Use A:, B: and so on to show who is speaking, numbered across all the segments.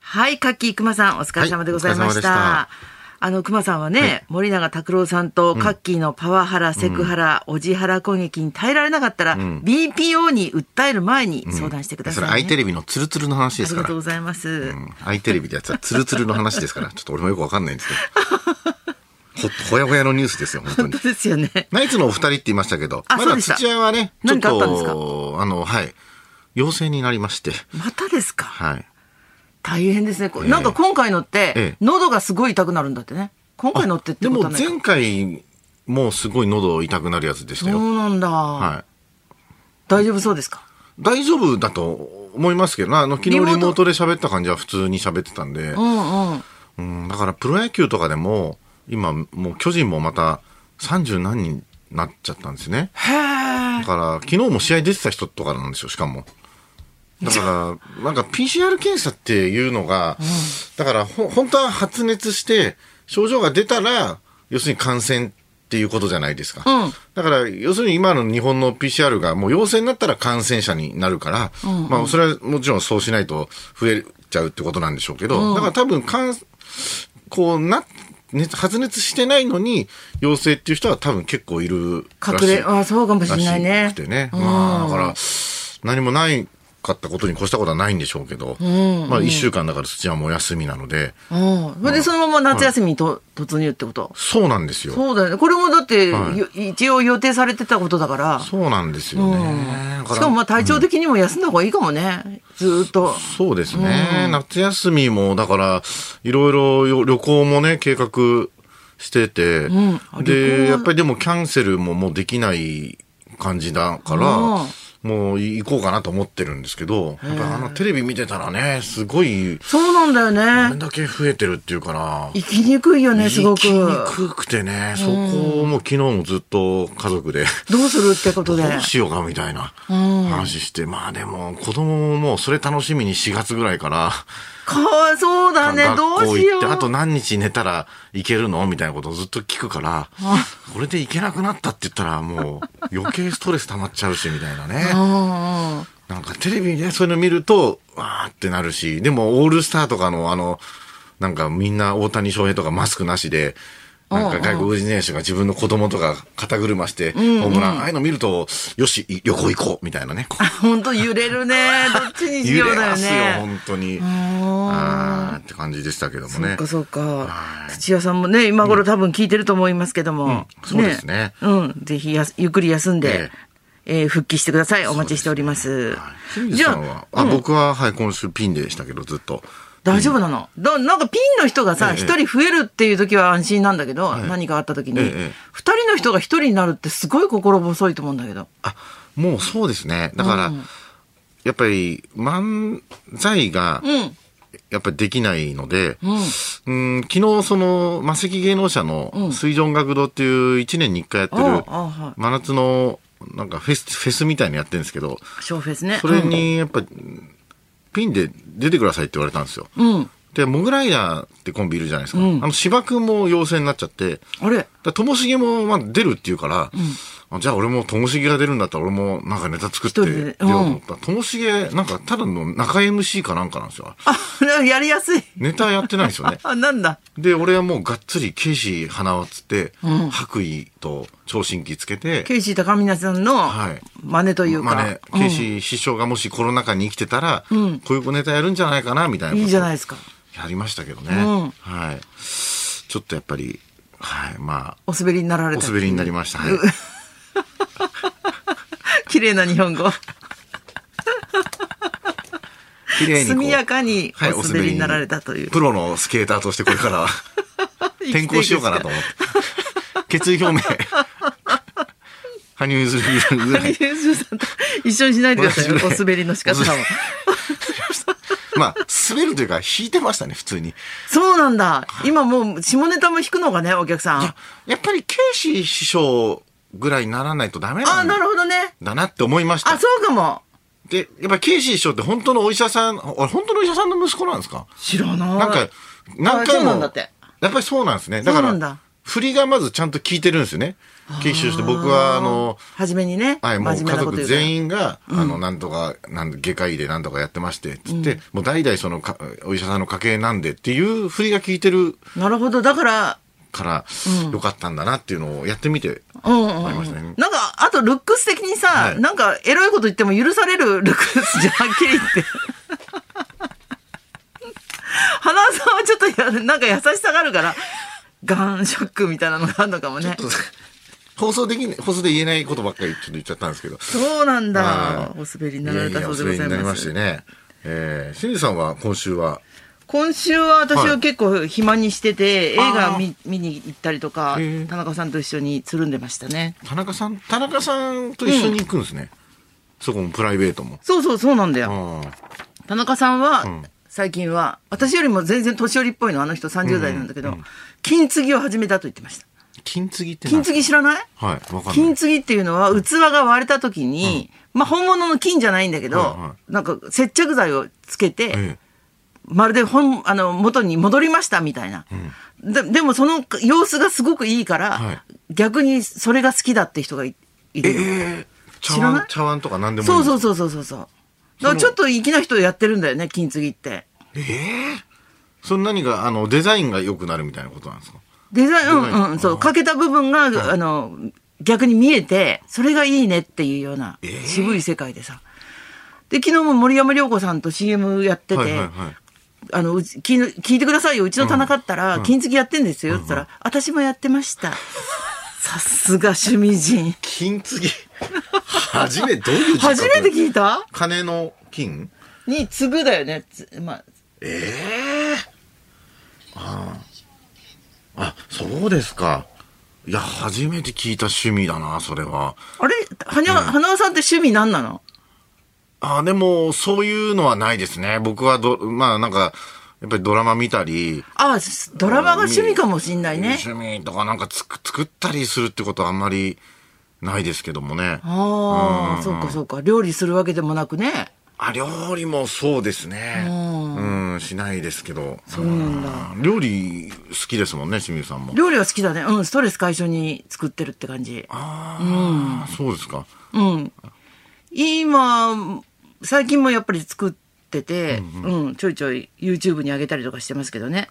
A: はい、かっきーくまさん、お疲れ様でございま
B: はいお疲れ様で
A: し。
B: したた
A: あの、くまさんはね、
B: はい
A: 森永卓郎さんとカッキーのパワハラ、セクハラ、おじはら攻撃に耐えられなかったら、BPO に訴える前に相談してください、ね
B: それ、アイテ
A: あ
B: レビのツルツルの話で
A: り
B: すか
A: がとう
B: ら
A: ご。ざいます。
B: うんアイテレビでやってたツルツルの話で すから、ちょっと俺もよくわかんないんですけど。ほ、ほやほやのニュースですよ、本当
A: 本
B: に
A: 当。ですよね。
B: ナイツのお二人って言いましたけど、
A: あ
B: ま
A: そう
B: だ
A: でした
B: 土屋はね、ちょ
A: 何
B: っ
A: かあったんですか
B: と、あの、はい、陽性になりまして、
A: またですか
B: はい。
A: 大変ですね。こ
B: ええ
A: なんか今回のって、
B: ええ
A: 喉がすごい痛くなるんだってね。今回のってって
B: で
A: ことは
B: も
A: ないか
B: 前回もうすごい喉痛くなるやつでした
A: そ
B: よ。
A: うなんだ、
B: はい。
A: 大丈夫そうですか
B: 大丈夫だと思いますけどな、あの、昨日リ
A: リモ
B: モ
A: ート
B: ートで喋った感じは普通に喋ってたんで
A: う、んうん。
B: うん、だからプロ野球とかでも、今、もう巨人もまた30何人になっちゃったんですね。
A: へえ。
B: だから、昨日も試合出てた人とかなんですよ、しかも。だから、なんか PCR 検査っていうのが、だからほ、本当は発熱して、症状が出たら、要するに感染っていうことじゃないですか。
A: うん
B: だから、要するに今の日本の PCR がもう陽性になったら感染者になるから、まあ、それはもちろんそうしないと増えちゃうってことなんでしょうけど、だから多分感、こうな、熱発熱してないのに陽性っていう人は多分結構いるらし
A: 隠
B: い。
A: れ、あそうかもし
B: ら
A: れ
B: し
A: ないね。
B: くてね。まあ、だから、何もないかったことに越したことはないんでしょうけど、まあ、一週間だから土屋もお休みなので、
A: うん。それでそのまま夏休みにと、突入ってこと
B: そうなんですよ。
A: そうだよね。これもだって、
B: はい
A: よ一応予定されてたことだから。
B: そうなんですよね。だら
A: しかもまあ体調的にも休んだ方がいいかもね。ずーっと。
B: そうですね。夏休みも、だから、いろいろよ旅行もね、計画して
A: んあ
B: て、
A: 旅行は
B: で、やっぱりでもキャンセルももうできない感じだから、
A: うん
B: もう行こうかなと思ってるんですけど、やっぱあのテレビ見てたらね、すごい、
A: そうなんだ
B: あ
A: よ
B: れ
A: ね。
B: だけ増えてるっていうから、
A: 行きにくいよね、すごく。
B: 行きにくくてね、そこをもう昨日もずっと家族で、
A: どうするってことで。
B: どうしようかみたいな話して、まあでも子供ももうそれ楽しみに4月ぐらいから、
A: かわいそうだね、ど
B: 学
A: う
B: 校
A: し
B: 行
A: よ
B: って、あと
A: う。
B: 何日寝たら行けるのみたいなことをずっと聞くから、これで行けなくなったって言ったらもう余計ストレス溜まっちゃうし、みたいなね。
A: うんうん。
B: なんかテレビでそういうの見ると、わーってなるし、でもオールスターとかのあの、なんかみんな大谷翔平とかマスクなしで、なんか外国人選手が自分の子供とか肩車して、ホームラン、ああいうの見ると、よし、い旅行行こうみた いなね。こう
A: ほんと揺れ るね。どっちにしよ
B: 揺
A: う
B: れ
A: だよ
B: ますよ、
A: ね。
B: 本当に。あーって感じでしたけども
A: そっ
B: ね
A: か。そっか
B: は。い
A: 土屋さんもね、今頃多分聞いてると思いますけども。
B: そうですね
A: うん。ぜひやす、ゆっくり休んで
B: え、
A: えー復帰してください。お待ちしております
B: はい。清。水
A: じ
B: さんは
A: ゃ、あ、
B: あ、
A: うん
B: 僕は、はい、今週ピンでしたけど、ずっと。
A: 大丈夫なのだなんかピンの人がさ、
B: ええ
A: 一人増えるっていう時は安心なんだけど、
B: い
A: 何かあった時に、
B: え
A: 二
B: え
A: 人の人が一人になるってすごい心細いと思うんだけど。
B: あ、もうそうですね。だから、やっぱり漫才が、
A: うん。
B: やっぱりできないので、うん、昨日その、魔石芸能者の水上音楽堂っていう1年に1回やって
A: あ
B: る
A: ああはい、
B: 真夏のなんかフェス、フェスみたいにやってるんですけど、
A: 小フェスね。
B: それにやっぱ、ピンで出てくださいって言われたんですよ。
A: うん。うん。
B: で、モグライダーってコンビいるじゃないですか。あの、芝君も陽性になっちゃって、
A: あれ
B: だともしげもまあ出るって言うから、あじゃあ俺もともしげが出るんだったら俺もなんかネタ作って
A: 一
B: 出
A: 人
B: よ
A: で
B: うと思ったらともしげなんかただの中 MC かなんかなんですよ。
A: あ、やりやすい。。
B: ネタやってないんですよね
A: あ、なんだ。
B: で、俺はもうがっつりケイシー花輪っつって、白衣と聴診器つけて、
A: ケイシー高峰さんの
B: はい
A: 真似というか。
B: まあね、ケイシー師匠がもしコロナ禍に生きてたら、こういうネタやるんじゃないかなみたいな
A: うん
B: こと
A: いいじゃないですか。
B: やりましたけどね。
A: ん
B: はい。ちょっとやっぱり、はい、まあ、
A: お滑りになられ
B: お
A: た。
B: 滑りになりました。はい。
A: 綺麗な日本語。
B: 綺麗にこう
A: 速やかに
B: はい
A: お滑りになられたという。
B: プロのスケーターとしてこれから は転校しようかなと思って。 決意表明。 羽生結弦ぐら い。
A: 生きていくですか。一緒にしないでくださいよ。お滑りの仕方も。
B: まあ、滑るというか、引いてましたね、普通に。
A: そうなんだ。今もう下ネタも弾くのがね、お客さん。
B: やっぱり、ケイシー師匠ぐらいにならないとダメ
A: あ、
B: なん
A: なるほどね。
B: だなって思いました
A: あ、。そうかも。
B: で、やっぱりケイシー師匠って本当のお医者さん、俺本当のお医者さんの息子なんですか
A: 知らない。
B: なんか、何
A: あ
B: 回
A: そうな
B: も
A: んだって。
B: やっぱりそうなんですね。だか
A: そう
B: ら、
A: なんだ
B: 振りがまずちゃんと聞いてるんですよね。吸収して、僕は、あの、
A: 初めにね。
B: はい、もう家族全
A: 員。
B: 員が、あの、なんとか、なん外科医でなんとかやってまして、つって、もう代々そのか、お医者さんの家系なんでっていう振りが聞いてる
A: なるほど。だから、
B: から、よかったんだなっていうのをやってみて、
A: うんうん、う
B: 思いました
A: ん
B: ね。
A: なんか、あと、ルックス的にさ、
B: はい
A: なんか、エロいこと言っても許されるルックスじゃん、はっきり言って。 花輪さんはちょっとや、なんか優しさがあるから、ガンショックみたいなのがあるのかもね。
B: 放送できない、放送で言えないことばっかりちょっと言っちゃったんですけど。
A: そうなんだ
B: は。
A: お滑りになられたそうでござい
B: ややお滑りになり
A: ま。
B: ますしてね。えー、しんじさんは今週は、
A: 今週は私
B: は
A: はい結構暇にしてて、映
B: あ
A: 画
B: ー
A: 見見に行ったりとか
B: へー、
A: 田中さんと一緒につるんでましたね。
B: 田中さん、田中さんと一緒に行くんですね。そこもプライベートも。
A: そうそうそうなんだよ。
B: あ
A: 田中さんは、最近は私よりも全然年寄りっぽいのあの人30代なんだけど、金継ぎを始めたと言ってました
B: ー金継ぎって
A: 金
B: 何
A: 継ぎ知らない
B: はい、わかんない。
A: 金継ぎっていうのは器が割れた時に、まあ本物の金じゃないんだけど、
B: はいは
A: なんか接着剤をつけて、
B: え
A: まるで本あの元に戻りましたみたいな、ででもその様子がすごくいいから、
B: はい
A: 逆にそれが好きだって人がいい
B: え
A: るの
B: えー茶
A: 知らない
B: 碗、茶碗とか何でもいいん
A: そ
B: で
A: う
B: す
A: そ
B: か
A: うそうそうそうそうだからちょっと粋な人やってるんだよね金継ぎって。
B: その何が、あの、デザインが良くなるみたいなことなんですか
A: デザイン、
B: デザイン
A: うんうん、そう、欠けた部分が、あの、逆に見えて、それがいいねっていうような、
B: ー
A: 渋い世界でさ。で、昨日も森山良子さんと CM やってて、
B: はいはいはい。
A: あの、うち聞いの聞いてくださいよ、うちの田中ったら、金継ぎやってんですよ、って言ったら、私もやってました。さすが趣味人。
B: 金継ぎ。 初め、どういう字書く
A: 初めて聞いた
B: 金の金
A: に継ぐだよね。つまあ、
B: ええああ。あ、そうですか。いや、初めて聞いた趣味だな、それは。
A: あれはにゃ、花輪さんって趣味何なの
B: あ、でも、そういうのはないですね。僕はど、まあなんか、やっぱりドラマ見たり、
A: あ、すドラマが趣味かもしんないね。
B: 趣味とかなんかつく作ったりするってことはあんまりないですけどもね。
A: ああ、そうかそうか。料理するわけでもなくね。
B: あ、料理もそうですね。うん、しないですけど。
A: そうなんだ。
B: うん料理好きですもんね、清水さんも。
A: 料理は好きだね。うん、ストレス解消に作ってるって感じ。
B: ああ、そうですか。
A: うん。今、最近もやっぱり作ってて、うん、ちょいちょい YouTube に上げたりとかしてますけどね。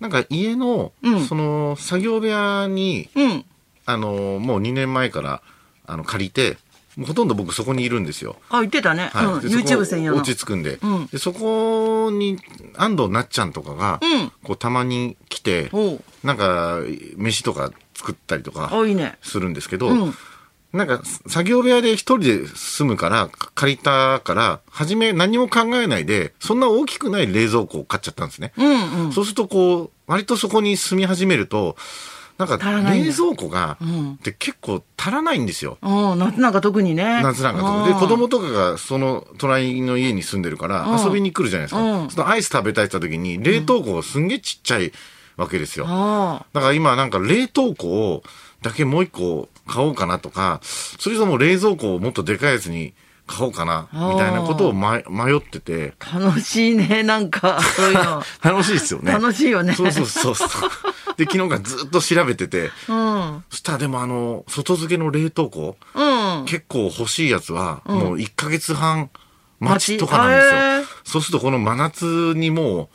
B: なんか家の、
A: うん
B: その、作業部屋に、
A: うん。
B: あの、もう2年前から、あの、借りて、もうほとんど僕そこにいるんですよ。
A: あ、言ってたね。
B: はい
A: うん、
B: でそこ
A: YouTube 専用の。
B: 落ち着くんで,、
A: うん
B: でそこに安藤なっちゃんとかが、
A: うん
B: こうたまに来て
A: おう
B: なんか飯とか作ったりとか
A: あ、いいね。
B: するんですけど、
A: うん
B: なんか作業部屋で一人で住むからか借りたから初め何も考えないでそんな大きくない冷蔵庫を買っちゃったんですね、
A: うんうん。
B: そうするとこう割とそこに住み始めるとなんか
A: 足らないんだ
B: 冷蔵庫が、
A: ん
B: で結構足らないんですよ
A: うん、夏なんか特にね。
B: 夏なんかとかで
A: うん
B: 子供とかがその隣の家に住んでるから
A: うん
B: 遊びに来るじゃないですか、
A: うん
B: そのアイス食べたいって言った時に冷凍庫すんげえちっちゃいわけですよ、
A: あ
B: だから今なんか冷凍庫をだけもう一個買おうかなとかそれとも冷蔵庫をもっとでかいやつに買おうかなみたいなことを、ま、迷ってて
A: あ、楽しいね。なんか、そういうの。
B: 楽しいですよ ね
A: 楽しいよね。
B: そうそうそうそうで昨日からずっと調べてて
A: うん。うん。
B: そしたらでもあの外付けの冷凍庫結構欲しいやつは、もう1ヶ月半待ちとかなんですよ。
A: 待ちへー
B: そうするとこの真夏にも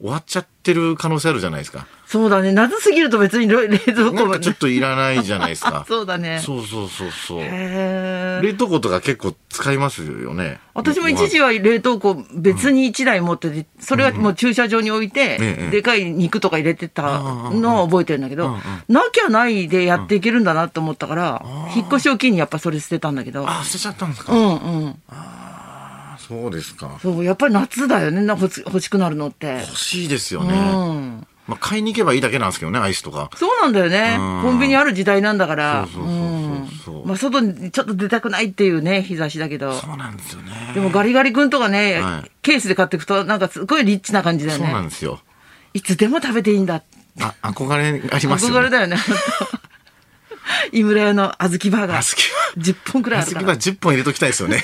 B: う終わっちゃってる可能性あるじゃないですか。
A: そうだね。夏すぎると別に冷冷蔵庫
B: なん
A: も
B: かちょ
A: ね
B: っ。といらないじゃないですか。
A: そうだね。
B: そうそうそうそう。
A: へー
B: 冷凍庫とか結構使いますよね。
A: 私も一時は冷凍庫別に1台持ってて、それはもう駐車場に置いて
B: ええ、
A: でかい肉とか入れてたのを覚えてるんだけ
B: うん
A: ど
B: うん、
A: なきゃないでやっていけるんだなと思ったから、引っ越しを機にやっぱそれ捨てたんだけど。
B: あ、捨てちゃったんですか、
A: うんうん。
B: あそうですか。
A: そう、やっぱり夏だよね、な欲し欲しくなるのって。
B: 欲しいですよ
A: う
B: ね。
A: ん。
B: まあ、買いに行けばいいだけなんですけどね、アイスとか。
A: そうなんだよね
B: うん。
A: コンビニある時代なんだから。
B: そうそうそうそう
A: うんまあ、外にちょっと出たくないっていうね、日差しだけど。
B: そうなんですよね。
A: でもガリガリ君とかね、
B: はい
A: ケースで買っていくと、なんかすごいリッチな感じだよ
B: そうなん
A: ね。
B: ですよ。
A: いつでも食べていいんだ。
B: あ、憧れありますよ、ね。
A: 憧れだ よね。井村屋の小豆バーガ
B: あ、
A: ー。
B: 好きは。
A: 10本くらいある
B: 小
A: か
B: 豆は
A: ら。
B: 10本入れときたいですよね。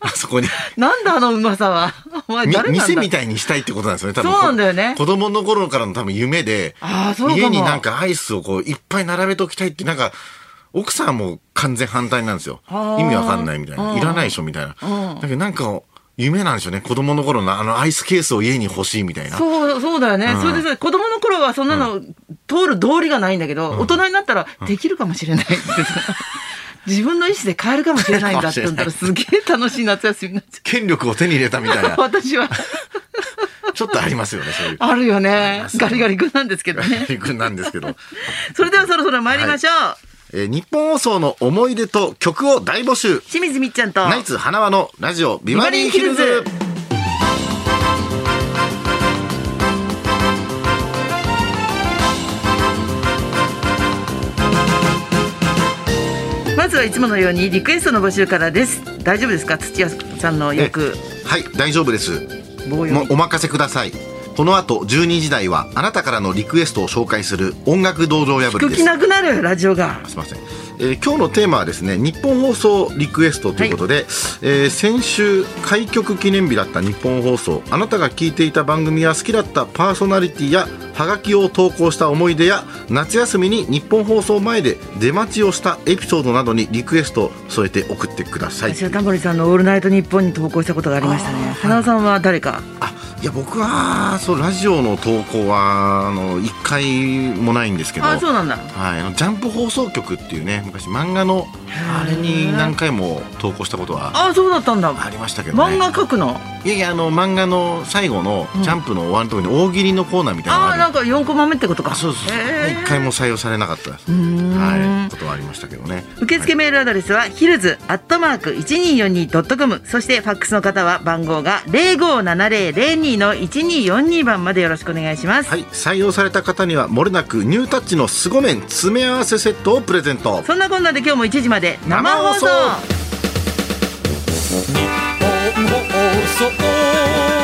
B: あそこに。
A: なんだあのうまさは。お前
B: み
A: 誰なんだ
B: 店みたいにしたいってことなんですよね、多分。
A: そうなんだよね
B: 子供の頃からの多分夢で、
A: あーそうかも
B: 家になんかアイスをこういっぱい並べときたいって、なんか、奥さんも完全反対なんですよ。
A: あー
B: 意味わかんないみたいな。いらないでしょみたいな。だけどなんか、夢なんでしょうね。子供の頃のあのアイスケースを家に欲しいみたいな。
A: そう、そうだよね。それでさ、子供の頃はそんなの通る道理がないんだけど、大人になったらできるかもしれないって さ自分の意思で変えるかもしれないんだって言ったらすげえ楽しい夏休みになっち
B: 権力を手に入れたみたい
A: ゃ
B: な
A: う。。私は、
B: ちょっとありますよね、そう いう。
A: あるよね
B: ま。すね
A: ガリガリ君なんですけどね。
B: くなんですけど。
A: それではそろそろ参りましょう。
B: えー日本放送の思い出と曲を大募集。
A: 清水みっちゃんと。
B: ナイツ花輪のラジオビバリーヒルズ。
A: まずはいつものようにリクエストの募集からです。大丈夫ですか土屋さんのよく
B: はい、大丈夫です。
A: 棒読
B: もう
A: み。
B: お任せください。この後12時台はあなたからのリクエストを紹介する音楽道場破り
A: 空
B: で
A: 気
B: す。
A: なくなるラジオが。
B: すみません、えー今日のテーマはですね日本放送リクエストということで、えー先週開局記念日だった日本放送あなたが聞いていた番組や好きだったパーソナリティやハガキを投稿した思い出や夏休みに日本放送前で出待ちをしたエピソードなどにリクエストを添えて送ってください
A: 私はタモリさんの「オールナイトニッポン」に投稿したことがありましたね花さんは誰か
B: あいや僕はそうラジオの投稿はあの1回もないんですけど
A: あそうなんだ
B: はい、あのジャンプ放送局っていうね昔漫画のあれに何回も投稿したことは
A: あそうだったんだ
B: ありましたけどね
A: 漫画描くの
B: いやいやあの漫画の最後のジャンプの終わるところに大喜利のコーナーみたいなの
A: あ
B: が
A: ー
B: ある、
A: なんか4コマ目ってことか
B: あそうそうそう
A: へー
B: 一回も採用されなかったです
A: ん
B: はいことはありましたけどね
A: 受付メールアドレスはヒルズアットマーク 1242.com そしてファックスの方は番号が057002の1242番までよろしくお願いします、
B: はい、採用された方にはもれなくニュータッチの凄麺詰め合わせセットをプレゼント
A: そんなこんなで今日も1時まで生放送
B: 生放送
C: 放送